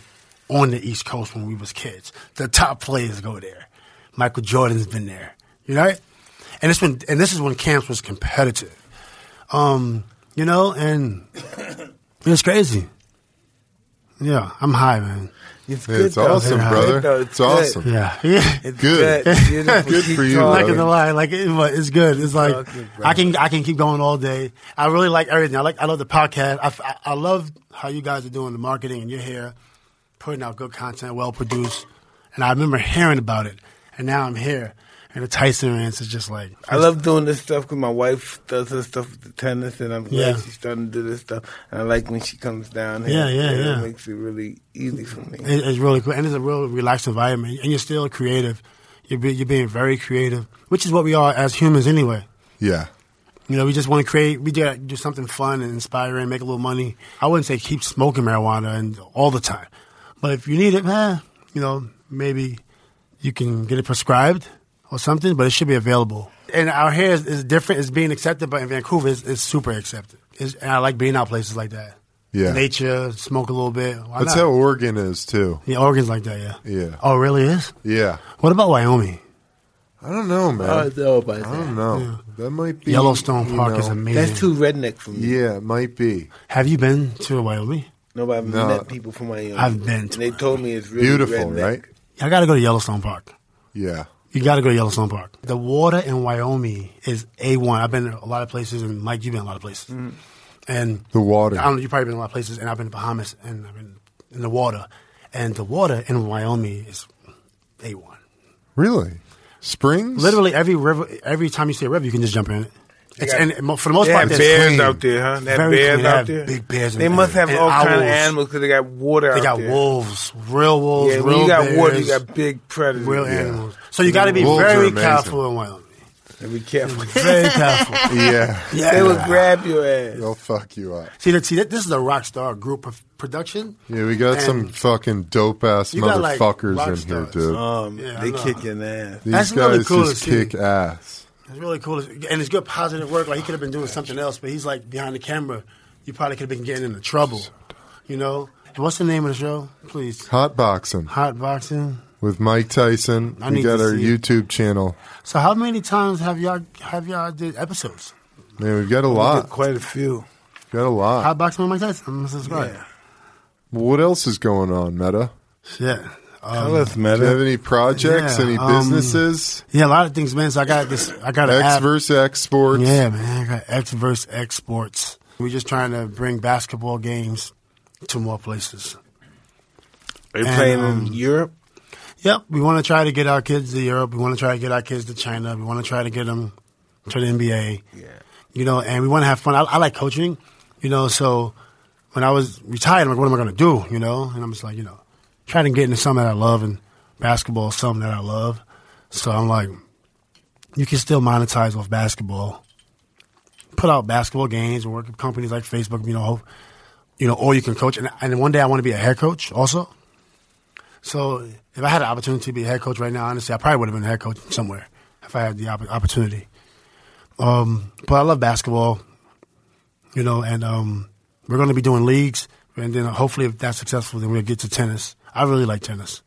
C: on the East Coast when we was kids. The top players go there. Michael Jordan's been there. You know? And it's when and this is when camps was competitive. Um, you know, and it's crazy. Yeah, I'm high, man.
A: It's
B: Yeah,
A: good
B: it's
A: though.
B: awesome,
A: It's
B: brother.
A: good, though.
B: It's
A: good.
B: awesome.
C: Yeah, yeah.
A: It's
B: Good.
A: good. Beautiful.
B: Good
A: Keep
B: for you,
A: talking.
C: not gonna lie, like it, but it's good. It's like
A: Fucking
C: I can I can keep going all day. I really like everything. I like I love the podcast. I, f- I- I love how you guys are doing the marketing and you're here putting out good content, well produced. And I remember hearing about it, and now I'm here. And the Tyson Rants is just like
A: I love doing this stuff because my wife does her stuff with the tennis, and I'm glad
C: Yeah.
A: she's starting to do this stuff. And I like when she comes down here.
C: Yeah, yeah,
A: And
C: yeah.
A: It makes it really easy for me.
C: It- It's really cool, and it's a real relaxed environment. And you're still creative. You're be, you're being very creative, which is what we are as humans anyway.
B: Yeah.
C: You know, we just want to create. We do, do something fun and inspiring, make a little money. I wouldn't say keep smoking marijuana and all the time, but if you need it, eh, you know, maybe you can get it prescribed or something. But it should be available. And out here is, is different. It's being accepted, but in Vancouver, it's, it's super accepted. It's, and I like being out places like that.
B: Yeah.
C: nature, smoke a little bit. Why
B: That's
C: not?
B: how Oregon is too.
C: Yeah, Oregon's like that, yeah.
B: Yeah.
C: Oh, it really is?
B: Yeah.
C: What about Wyoming?
B: I don't know, man.
A: I don't know Oh, about
B: I
A: that.
B: don't know. That might be
C: Uh, Yellowstone
B: you
C: Park
B: know,
C: is amazing.
A: That's too redneck for me.
B: Yeah, it might be.
C: Have you been to Wyoming?
A: Nobody I've
B: No.
A: met people from Wyoming.
C: I've been
A: And
C: to
A: they told me it's really
B: Beautiful,
A: redneck.
B: right?
C: I got to go to Yellowstone Park.
B: Yeah.
C: You got to go to Yellowstone Park. The water in Wyoming is A1. I've been to a lot of places, and Mike, you've been to a lot of places.
A: Mm-hmm.
C: And
B: The
C: I don't
B: water.
C: know, you've probably been to a lot of places, and I've been to Bahamas, and I've been in the water. And the water in Wyoming is A1.
B: Really? Springs?
C: Literally every river, every time you see a river, you can just jump in it. It's,
A: got-
C: and mo- for the most
A: They
C: part,
A: have
C: there's
A: bears
C: clean.
A: out there, huh? They have
C: Very
A: bears
C: clean. They
A: out
C: have
A: there.
C: big bears in
A: They
C: the
A: must have
C: area.
A: all kind
C: And
A: of
C: owls.
A: animals because they got water
C: They
A: out
C: got
A: there.
C: wolves, real wolves,
A: Yeah,
C: real
A: when you got
C: bears,
A: water, you got big predators.
C: real
A: yeah.
C: animals. So you got to be
B: Wolves are
C: very
B: amazing.
C: careful in Wyoming.
A: And be careful.
C: Very careful.
B: Yeah.
C: Yeah.
A: they will grab your ass.
B: They'll fuck you up.
C: See, that, see that, this is a rock star group of production.
B: Yeah, we got
C: And-
B: some fucking dope ass
C: You got, like,
B: motherfuckers
C: rock
B: in
C: stars.
B: here, dude.
A: Um,
C: Yeah, I
A: they
C: know.
A: kicking ass.
B: These
C: that's really
B: guys
C: cool to
B: just
C: see.
B: kick ass.
C: It's really cool, and it's good positive work. Like he could have been doing something else, but he's like behind the camera. You probably could have been getting into trouble. You know, what's the name of the show? Please,
B: Hot boxing
C: hot boxing.
B: with Mike Tyson.
C: I
B: we
C: need
B: got
C: to
B: our
C: see it.
B: YouTube channel.
C: So, how many times have y'all have y'all did episodes?
B: Man, we've got a
A: They did
B: lot.
A: Quite a few.
B: Got a lot.
C: Hot boxing with Mike Tyson. I'm gonna subscribe.
A: Yeah.
B: What else is going on, Meta?
C: Shit. Um,
A: Tell us,
B: Do you have
A: Meta.
B: any projects?
C: Yeah,
B: any
C: um,
B: businesses?
C: Yeah, a lot of things, man. So I got this. I got an
B: X
C: app.
B: versus X Sports.
C: Yeah, man. I got X verse X sports. We're just trying to bring basketball games to more places.
A: They playing
C: um,
A: in Europe.
C: Yep. We want to try to get our kids to Europe. We want to try to get our kids to China. We want to try to get them to the NBA.
A: Yeah.
C: You know, and we want to have fun. I, I like coaching. You know, so when I was retired, I'm like, what am I going to do? You know, and I'm just like, you know, trying to get into something that I love and basketball is something that I love. So I'm like, you can still monetize off basketball. Put out basketball games and work with companies like Facebook, you know, hope, you know, or you can coach. And, and one day I want to be a head coach also. So if I had an opportunity to be a head coach right now, honestly, I probably would have been a head coach somewhere if I had the opp- opportunity. Um, but I love basketball, you know, and um, we're going to be doing leagues. And then hopefully, if that's successful, then we'll get to tennis. I really like tennis.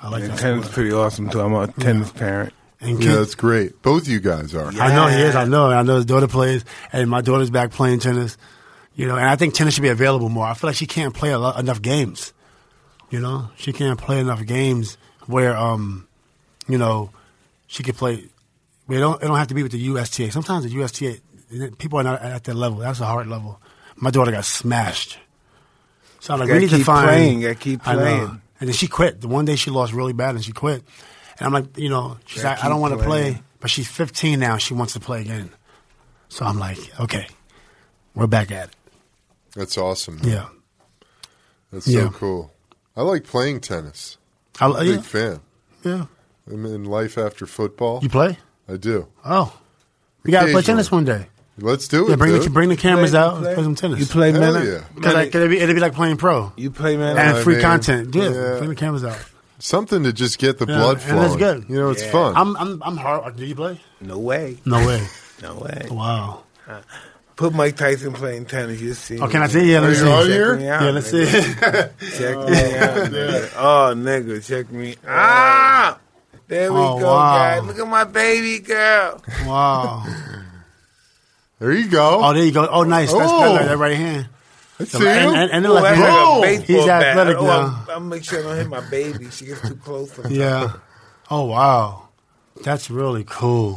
C: I like
A: And
C: that
A: tennis
C: sport.
A: pretty awesome too. I'm a tennis parent.
C: And
B: Yeah,
C: kids-
B: that's great. Both you guys are.
A: Yeah.
C: I know he is. I know. I know his daughter plays, and my daughter's back playing tennis. You know, and I think tennis should be available more. I feel like she can't play a lot, enough games. You know, she can't play enough games where, um, you know, she could play. We don't. It don't have to be with the USTA. Sometimes the USTA people are not at that level. That's a hard level. My daughter got smashed. So I'm like, we
A: Gotta
C: need to
A: keep
C: find.
A: playing, gotta keep
C: I know.
A: playing.
C: And then she quit. The one day she lost really bad, and she quit. And I'm like, you know, she's
A: Gotta
C: like, I don't
A: keep
C: want to play.
A: playing.
C: But she's 15 now. She wants to play again. So I'm like, okay, we're back at it.
B: That's awesome. man.
C: Yeah.
B: That's so
C: Yeah.
B: cool. I like playing tennis.
C: I, lo-
B: Big
C: yeah,
B: fan.
C: yeah.
B: I'm in life after football.
C: You play?
B: I do.
C: Oh. We got to play tennis one day.
B: Let's do it.
C: Yeah, bring the,
B: dude.
C: bring the cameras
A: Play-
C: out
A: play-
C: and play some tennis.
A: You play
B: Hell
A: Meta?
B: yeah.
C: Because like, it'd, be, it'd be like playing pro.
A: You play Meta?
C: And
B: I
C: free
B: mean,
C: content. Yeah,
B: yeah.
C: bring the cameras out.
B: something to just get the
C: Yeah,
B: blood
C: and
B: flowing.
C: it's good.
B: You know, it's
A: Yeah.
B: fun.
C: I'm, I'm, I'm hard. Do you play?
A: no way.
C: No way.
A: No way.
C: wow.
A: Put Mike Tyson playing tennis. You see.
C: Oh, can I see? Yeah,
B: Are
C: let me
B: you on
C: see.
B: here?
A: me out,
C: Yeah, let's see.
A: nigga. Check me out. Nigga. Oh, nigga, check me out. There we
C: Oh,
A: go,
C: wow.
A: guys. Look at my baby girl.
C: wow.
B: There you go.
C: Oh, there you go. Oh, nice. That's that,
B: Oh.
C: like that right hand.
B: That's
C: And, and, and the
A: Oh,
C: left
A: that's
C: hand.
A: like a
B: Boom.
A: baseball
C: He's
A: bat.
C: athletic
A: oh,
C: now.
A: I'm, I'm make sure I don't hit my baby. She gets too close. Sometimes.
C: Yeah. Oh wow, that's really cool.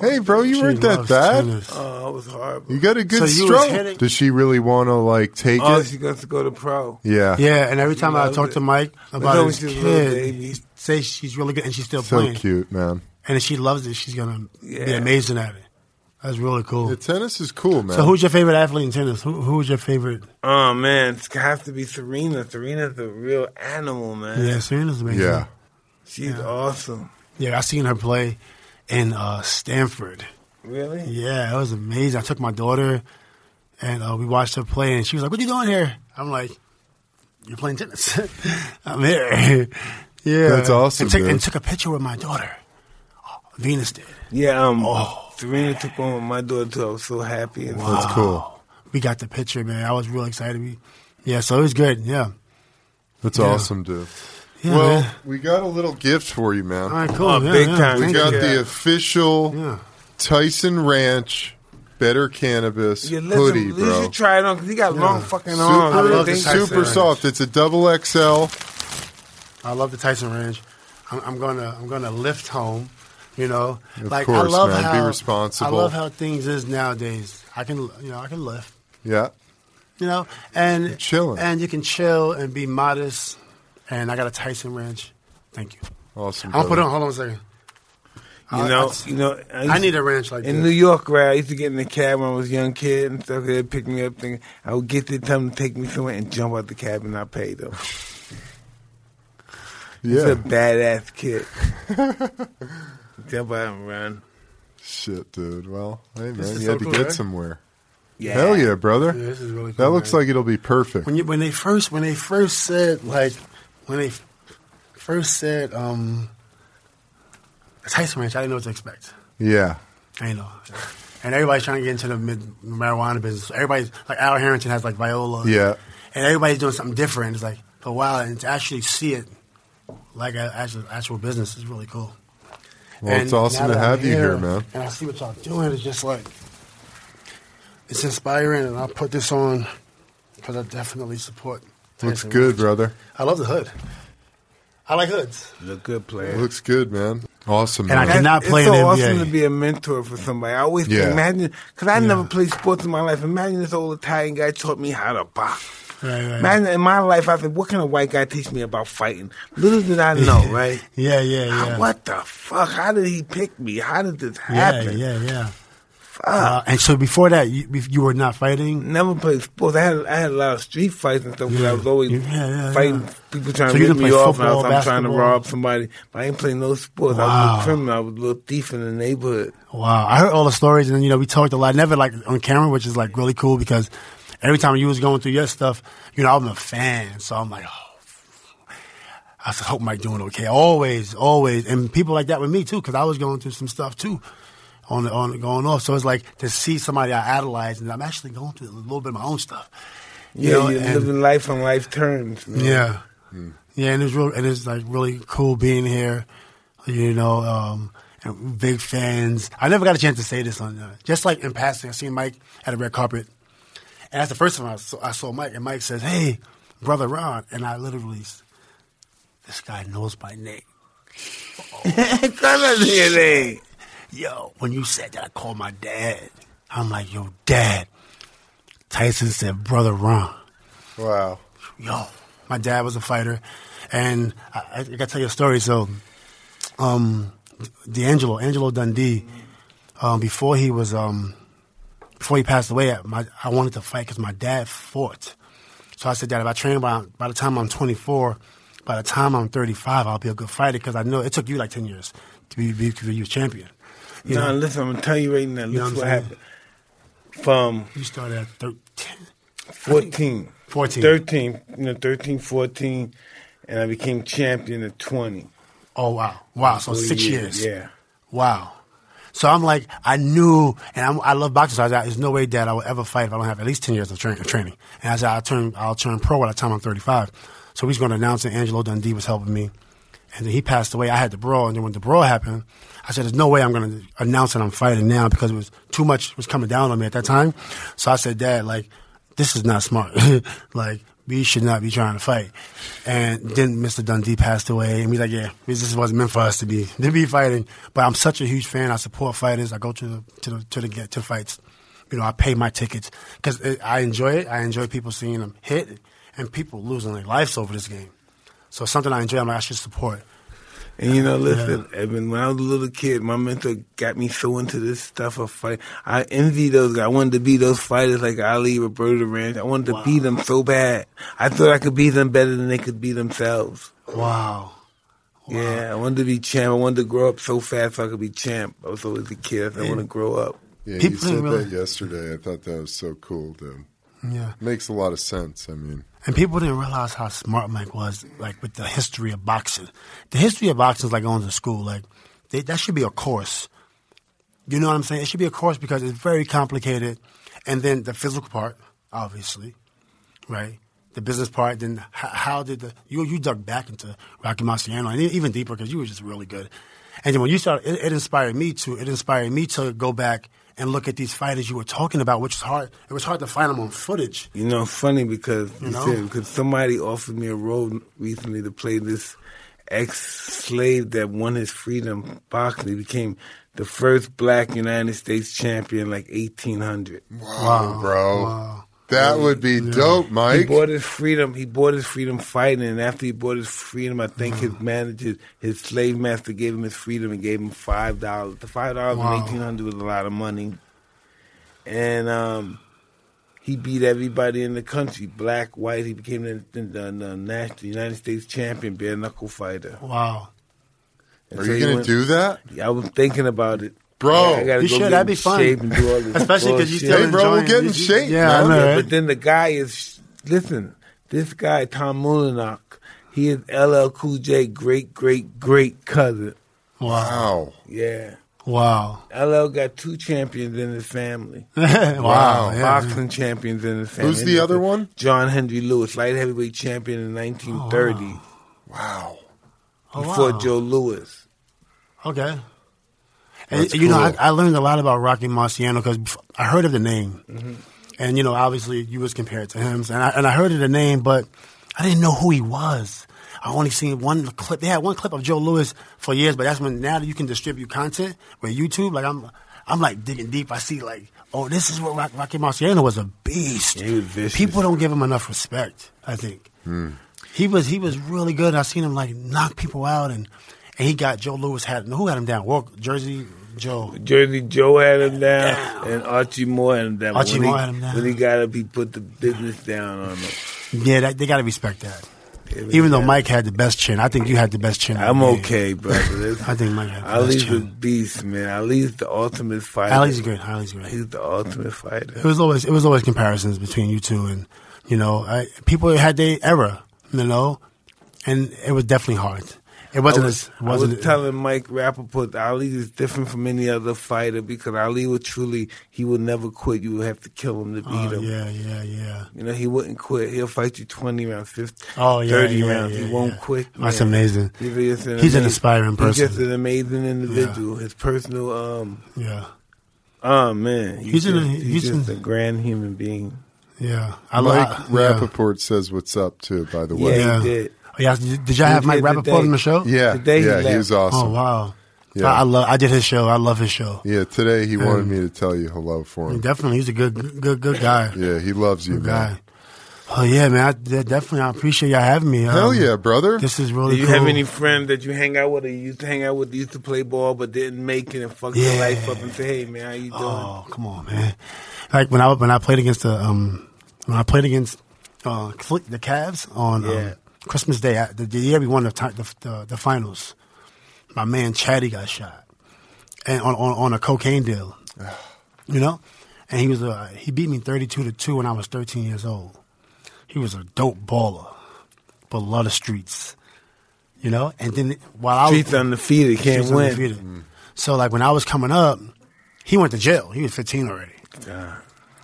B: hey, bro, you
C: She
B: weren't that
C: loves
B: bad.
C: tennis.
A: Oh, it was horrible.
B: You got a
C: So
B: good
C: you was hitting-
B: stroke. Does she really want to like take
A: Oh,
B: it?
A: she got to go to pro.
B: Yeah.
C: Yeah, and every time I
A: loves
C: talk
A: it.
C: to Mike
A: know
C: about his
A: she's a little
C: kid,
A: baby.
C: he says she's really good and she's still
B: So
C: playing.
B: cute, man.
C: And if she loves it, she's gonna be
A: Yeah.
C: amazing at it. That's really cool.
B: The tennis is cool, man.
C: so, who's your favorite athlete in tennis? Who who's your favorite?
A: Oh man, it's has to be Serena. Serena's a real animal, man.
C: Yeah, Serena's amazing.
B: yeah.
A: She's awesome.
C: yeah. I seen her play in uh, Stanford.
A: Really?
C: Yeah, it was amazing. I took my daughter, and uh, we watched her play, and she was like, "What you doing here?" I'm like, "You're playing tennis. I'm here." yeah,
B: That's awesome,
C: And, took-
B: dude.
C: and took a picture with my daughter. Oh, Venus did.
A: Yeah. Um.
C: Oh.
A: Serena took on with my daughter. Too. I was so happy. And
B: That's
C: Ah.
B: cool.
C: We got the picture, man. I was real excited. We, yeah, so it was good. Yeah.
B: That's
C: Yeah.
B: awesome, dude.
C: yeah
B: well, uh,
C: man.
B: we got a little gift for you, man.
C: all right, cool.
A: Oh,
C: yeah,
A: big
C: yeah.
A: time.
B: We
C: Thank
B: got
C: you.
B: the official
C: Yeah.
B: Tyson Ranch Better Cannabis
A: Yeah, listen,
B: hoodie,
A: you
B: bro.
A: should try it on because he got long fucking arms.
C: I love
B: Super,
C: this Tyson
B: super
C: Ranch.
B: soft. It's a double XL.
C: I love the Tyson Ranch. I'm, I'm gonna I'm gonna lift home. You know,
B: Of
C: like I
B: course,
C: love
B: man. Be
C: how
B: responsible.
C: I love how things is nowadays. I can you know I can lift.
B: Yeah.
C: You know, and
B: chilling.
C: and you can chill and be modest. And I got a Tyson Ranch. Thank you.
B: Awesome.
C: I'm gonna put
B: brother.
C: it on. Hold on a second.
A: You
C: I-
A: know,
C: that's-
A: you know.
C: I
A: used-
C: need a ranch like
A: In New
C: this.
A: York, right, I used to get in the cab when I was a young kid and stuff. They'd pick me up, thinking I would get there, tell them to take me somewhere, and jump out the cab and I pay them. He's a
B: Yeah.
A: badass kid. jump out and run.
B: Shit, dude. Well, hey,
C: This
B: man,
C: is
B: you had to
C: so
B: get
C: cool, right?
B: somewhere.
A: Yeah.
B: Hell yeah, brother.
C: Yeah, this is really cool,
B: that looks
C: man.
B: like it'll be perfect.
C: when you when they first when they first said like when they first said um the Tyson Ranch. I didn't know what to expect.
B: yeah.
C: I know. And everybody's trying to get into the mid- marijuana business. Everybody's like Al Harrington has like Viola.
B: Yeah.
C: And everybody's doing something different. It's like for a while, and to actually see it like a actual actual business is really cool.
B: Well,
C: And
B: it's awesome
C: now
B: to
C: that I'm
B: have you here, man.
C: And I see what y'all doing. It's just like it's inspiring, and I'll put this on because I definitely support.
B: Looks
C: Tyson
B: good,
C: Ranch.
B: brother.
C: I love the hood. I like hoods.
A: Look good player.
B: Looks good, man. Awesome.
C: And I
B: man.
C: can- cannot play
A: it's so
C: in the
A: awesome
C: NBA.
A: to be a mentor for somebody. I always
B: Yeah.
A: imagine because I never played sports in my life. Imagine this old Italian guy taught me how to box.
C: Right, right.
A: Imagine in my life, I said, "What can a white guy teach me about fighting?" Little did I know, right? Ah,
C: Yeah, yeah, yeah.
A: What the fuck? How did he pick me? How did this
C: Yeah,
A: happen?
C: yeah, yeah. Uh, and so before that, you, you were not fighting.
A: Never played sports. I had I had a lot of street fights and stuff. 'cause I was always
C: Yeah, yeah,
A: fighting
C: yeah.
A: people trying
C: So
A: to
C: you
A: rip
C: didn't
A: me
C: play
A: off, and I was,
C: football,
A: I'm trying to
C: basketball?
A: rob somebody. But I ain't playing no sports. I was a
C: Wow.
A: little criminal. I was a little thief in the neighborhood.
C: Wow, I heard all the stories, and then you know we talked a lot, never like on camera, which is like really cool because every time you was going through your stuff, you know I'm a fan, so I'm like, oh, I said, hope Mike doing okay. Always, always, and people like that with me too, because I was going through some stuff too, on the, on the- going off. So it's like to see somebody I idolize, and I'm actually going through a little bit of my own stuff. You
A: Yeah,
C: know,
A: you're
C: and-
A: living life on life terms. man.
C: Yeah. Hmm. Yeah, and it's real, and it's like really cool being here. You know, um, and big fans. I never got a chance to say this on uh, just like in passing. I seen Mike at a red carpet, and that's the first time I saw, I saw Mike. And Mike says, "Hey, brother Ron," and I literally, s- this guy knows my name.
A: Come on, here, they.
C: Yo, when you said that, I called my dad. I'm like, "Yo, dad." Tyson said, "Brother Ron."
B: wow.
C: yo, my dad was a fighter, and I, I, I gotta tell you a story. So, um, D'Angelo, Angelo Dundee, um, before he was, um, before he passed away, I- my, I wanted to fight because my dad fought. So I said, Dad, if I train by by the time I'm 24, by the time I'm 35, I'll be a good fighter because I know it took you like 10 years to be be, to be a champion. You
A: Nah,
C: know,
A: listen, I'm gonna tell you right now.
C: know
A: This is
C: what
A: what
C: I'm saying?
A: happened. From
C: you started at 13.
A: 14.
C: 14.
A: 13, you know, 13, 14, and I became champion at 20.
C: Oh wow, wow! So
A: Four
C: six years.
A: Yeah.
C: Wow. So I'm like, I knew, and I'm, I love boxing. So I was like, there's no way, Dad, I will ever fight if I don't have at least ten years of, train, of training. And I said, I'll turn, I'll turn pro by the time I'm 35. So he's going to announce it. Angelo Dundee was helping me, And then he passed away. I had the brawl, and then when the brawl happened, I said, "There's no way I'm going to announce that I'm fighting now because it was too much was coming down on me at that time." So I said, "Dad, like, this is not smart. like, we should not be trying to fight." And then Mr. Dundee passed away, and we like, "Yeah, this just wasn't meant for us to be to be fighting." But I'm such a huge fan. I support fighters. I go to the to the to the get to fights. You know, I pay my tickets because I enjoy it. I enjoy people seeing them hit and people losing their lives over this game. So it's something I enjoy. I'm like, I should support.
A: And you know, listen, Evan, when I was a little kid, my mentor got me so into this stuff of fight. I envy those guys. I wanted to be those fighters like Ali, Roberto Ranch. I wanted to
C: Wow.
A: be them so bad. I thought I could be them better than they could be themselves.
C: Wow.
A: Yeah, I wanted to be champ. I wanted to grow up so fast so I could be champ. I was always a kid. I said, I want to grow up.
B: Yeah, you
C: People
B: said
C: didn't really-
B: that yesterday. I thought that was so cool, dude.
C: Yeah.
B: Makes a lot of sense. I mean,
C: And people didn't realize how smart Mike was, like with the history of boxing. The history of boxing is like going to school. Like they, that should be a course. You know what I'm saying? It should be a course because it's very complicated. And then the physical part, obviously, right? The business part. Then how, how did the you you dug back into Rocky Marciano and even deeper because you were just really good. And then when you started, it, it inspired me to. It inspired me to go back and look at these fighters you were talking about, which is hard. It was hard to find them on footage.
A: You know, it's funny because you,
C: know?
A: said because somebody offered me a role recently to play this ex-slave that won his freedom boxing. He became the first black United States champion like 1800.
B: wow, bro. That would be dope,
A: He
B: Mike.
A: bought his freedom. He bought his freedom fighting, and after he bought his freedom, I think
B: Mm.
A: his manager, his slave master, gave him his freedom and gave him five dollars. The five dollars
C: Wow.
A: in eighteen hundred was a lot of money, and um, he beat everybody in the country, black, white. He became the, the, the, the national United States champion bare knuckle fighter.
C: Wow.
A: And
B: Are
A: so
B: you
A: he
B: going to
A: went-
B: do that?
A: I was thinking about it.
B: Bro,
A: Yeah, I gotta
C: you
A: go
C: should.
A: get
C: That'd be
A: in
C: fun.
A: shape and do all this
C: Especially because you
A: bullshit.
C: still
B: Hey, bro, we'll
C: enjoying
B: get in
C: you-
B: shape,
C: Yeah,
B: man.
C: I know.
A: Yeah,
C: right?
A: but then the guy is listen. This guy Tom Mulinok, he is LL Cool J great great great cousin.
C: wow,
B: Wow.
A: Yeah,
C: wow,
A: LL got two champions in his family.
C: wow, yeah.
A: boxing champions in his family.
B: Who's the other one?
A: John Henry Lewis, light heavyweight champion in 1930.
B: Wow.
C: Oh,
A: He
C: wow.
A: fought Joe Lewis.
C: Okay. And,
B: That's
C: you know, I,
B: cool.
C: I learned a lot about Rocky Marciano because I heard of the name,
A: Mm-hmm.
C: and you know, obviously you was compared to him, and I, and I heard of the name, but I didn't know who he was. I only seen one clip. They had one clip of Joe Lewis for years, but that's when now that you can distribute content with YouTube. Like I'm, I'm like digging deep. I see like, oh, this is what Rock, Rocky Marciano was a beast.
A: Yeah, he was vicious.
C: People don't give him enough respect. I think. He was he was really good. I seen him like knock people out, and and he got Joe Lewis had who had him down. Walk Jersey Joe.
A: Jersey Joe had him down, and Archie Moore had him down.
C: Archie
A: When he-
C: Moore had him down.
A: When he got up, he put the business down on him.
C: Yeah, that, they got to respect that. Even though
A: Yeah.
C: Mike had the best chin, I think you had the best chin.
A: I'm
C: Yeah.
A: okay, brother.
C: I think Mike had the best
A: Ali's a
C: chin.
A: beast, man. Ali's the ultimate fighter.
C: Ali's great. Ali's great.
A: He's the ultimate
C: It
A: fighter.
C: was always it was always comparisons between you two, and you know, I, people had their era, you know, and it was definitely hard. It
A: I
C: wasn't
A: was,
C: as
A: I
C: wasn't
A: was telling Mike Rappaport, Ali is different from any other fighter because Ali would truly, he would never quit. You would have to kill him to beat
C: Oh,
A: him.
C: yeah, yeah, yeah.
A: You know, he wouldn't quit. He'll fight you 20 rounds, 50,
C: Oh yeah,
A: 30
C: yeah,
A: rounds.
C: yeah,
A: he won't
C: yeah.
A: quit.
C: That's
A: man.
C: amazing.
A: He's, just an
C: He's an
A: amazing-
C: inspiring person.
A: He's just an amazing individual. His personal, um,
C: Yeah,
A: oh man, he's,
C: He's an-
A: just, he's,
C: he's
A: just
C: an-
A: a grand human being.
C: yeah. I
B: Mike
C: like
B: Rappaport says what's up, too, by the way.
A: Yeah,
C: Yeah.
A: he did.
C: Oh, yeah, did did y'all have
A: did
C: Mike
A: Oh, the
C: Rappaport on
A: day.
C: the show?
B: Yeah,
A: Today he
B: yeah, he,
A: left.
B: was awesome.
C: Oh wow.
B: Yeah.
C: I, I love. I did his show. I love his show.
B: Yeah, today he wanted me to tell you hello for him.
C: Definitely, he's a good, good, good guy.
B: Yeah, he loves you,
C: Good
B: man.
C: guy. Oh yeah, man. I, de- definitely, I appreciate y'all having me. Um,
B: Hell yeah, brother.
C: This is
A: Do
C: really.
A: you
C: cool.
A: have any friend that you hang out with or you used to hang out with, used to play ball but didn't make it and fuck your
C: Yeah.
A: life up and say, hey man, how you doing?
C: Oh come on, man. Like when I when I played against the um when I played against uh Cl- the Cavs on
A: Yeah.
C: um, Christmas Day I, the, the year we won the, ti- the the the finals. My man Chatty got shot, and on on, on a cocaine deal, you know, and he was uh, he beat me thirty two to two when I was thirteen years old. He was a dope baller, but love the streets, you know. And then while I was
A: Streets undefeated, can't
C: Streets
A: win.
C: undefeated. So like when I was coming up, he went to jail. He was 15 already.
A: God.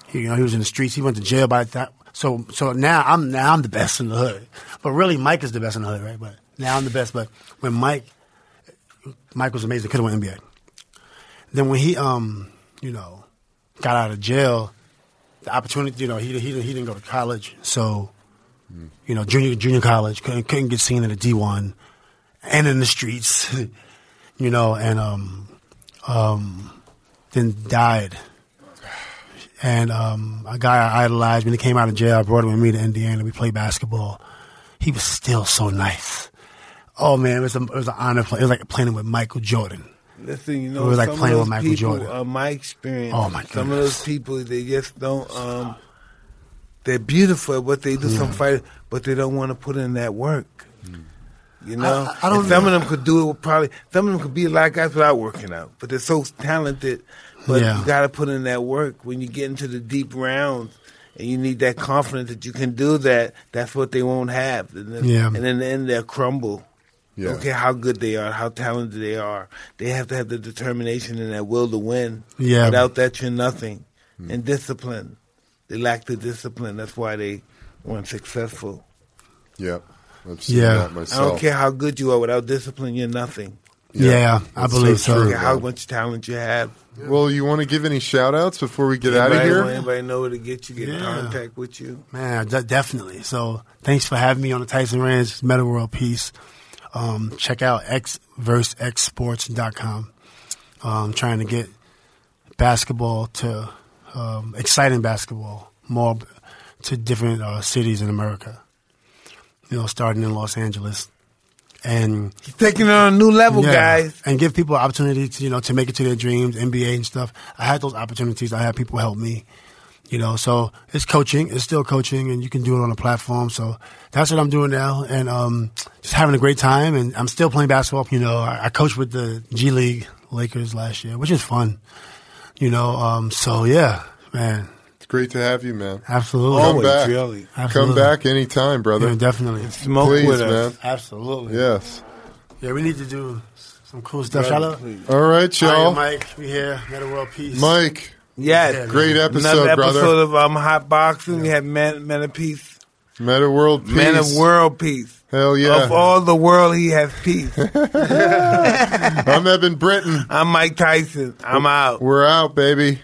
C: He, you know, he was in the streets. He went to jail by that. So so now I'm now I'm the best in the hood. But really, Mike is the best in the hood, right? But Now I'm the best, but when Mike, Mike was amazing. Could have went NBA. Then when he, um, you know, got out of jail, the opportunity, you know, he he didn't, he didn't go to college, so
A: Hmm.
C: you know, junior junior college couldn't couldn't get seen in the D one, and in the streets, you know, and um, um, then died. And um, a guy I idolized when he came out of jail, I brought him with me to Indiana. We played basketball. He was still so nice. Oh man, it was, a, it was an honor. Play. It was like playing with Michael Jordan.
A: Listen, you know,
C: It was like
A: some
C: playing
A: of
C: with
A: those
C: Michael
A: people,
C: Jordan.
A: Uh, my experience.
C: Oh, my
A: Some of those
C: goodness.
A: people, they just don't. Um, they're beautiful at what they do. Some fighters, but they don't want to put in that work. You know,
C: Hmm. I- I don't
A: And some
C: know.
A: of them could do it. with Probably some of them could be a lot of guys without working out, but they're so talented. But
C: Yeah.
A: you got to put in that work when you get into the deep rounds. And you need that confidence that you can do that. That's what they won't have. And then,
C: Yeah.
A: and in the end, they'll crumble.
B: Yeah.
A: Okay, how good they are, how talented they are. They have to have the determination and that will to win.
C: Yeah.
A: Without that, you're nothing. And discipline. They lack the discipline. That's why they weren't successful.
B: Yeah. I've seen
C: Yeah. I
B: that
C: don't
A: I
B: myself.
A: don't care how good you are. Without discipline, you're nothing.
B: Yeah,
C: Yeah, I
B: that's so
C: believe
A: I
C: so.
A: don't
B: true.
A: care how
B: man.
A: much talent you have.
B: Well, you want to give any shout outs before we get out of
A: Anybody-
B: here?
A: Anybody know where to get you, get in
C: Yeah.
A: contact with you.
C: Man, de- definitely. So thanks for having me on the Tyson Ranch Metal World piece. Um, check out xverseexsports.com. Um, trying to get basketball to um, exciting basketball more b- to different uh, cities in America. You know, starting in Los Angeles and
A: He's taking it on a new level, guys.
C: and give people opportunity to you know to make it to their dreams, NBA and stuff. I had those opportunities. I had people help me, you know. So it's coaching. It's still coaching, and you can do it on a platform. So that's what I'm doing now, and um, just having a great time. And I'm still playing basketball. You know, I, I coached with the G League Lakers last year, which is fun. You know, um, so yeah, man,
B: It's great to have you, man.
C: absolutely,
B: Come
A: Always,
B: back.
A: really.
B: Come
C: Absolutely.
B: back anytime,
C: yeah,
B: brother.
C: definitely,
A: Smoke
B: Please,
A: with
B: man.
A: us.
C: absolutely. Yeah.
B: Yes.
C: we need to do some cool stuff. Shout out.
A: Please.
B: All right,
C: Hi,
B: y'all.
C: Mike. We here. Meta World Peace.
B: Mike,
A: Yes.
C: Yeah,
B: great episode,
A: Another episode
B: brother.
A: of um, Hot Boxing. We had Man, Man of Peace.
B: Meta World Peace.
A: Man of World Peace.
B: Hell yeah.
A: Of all the world, he has peace.
B: I'm Evan Britton.
A: I'm Mike Tyson. I'm out.
B: We're out, baby.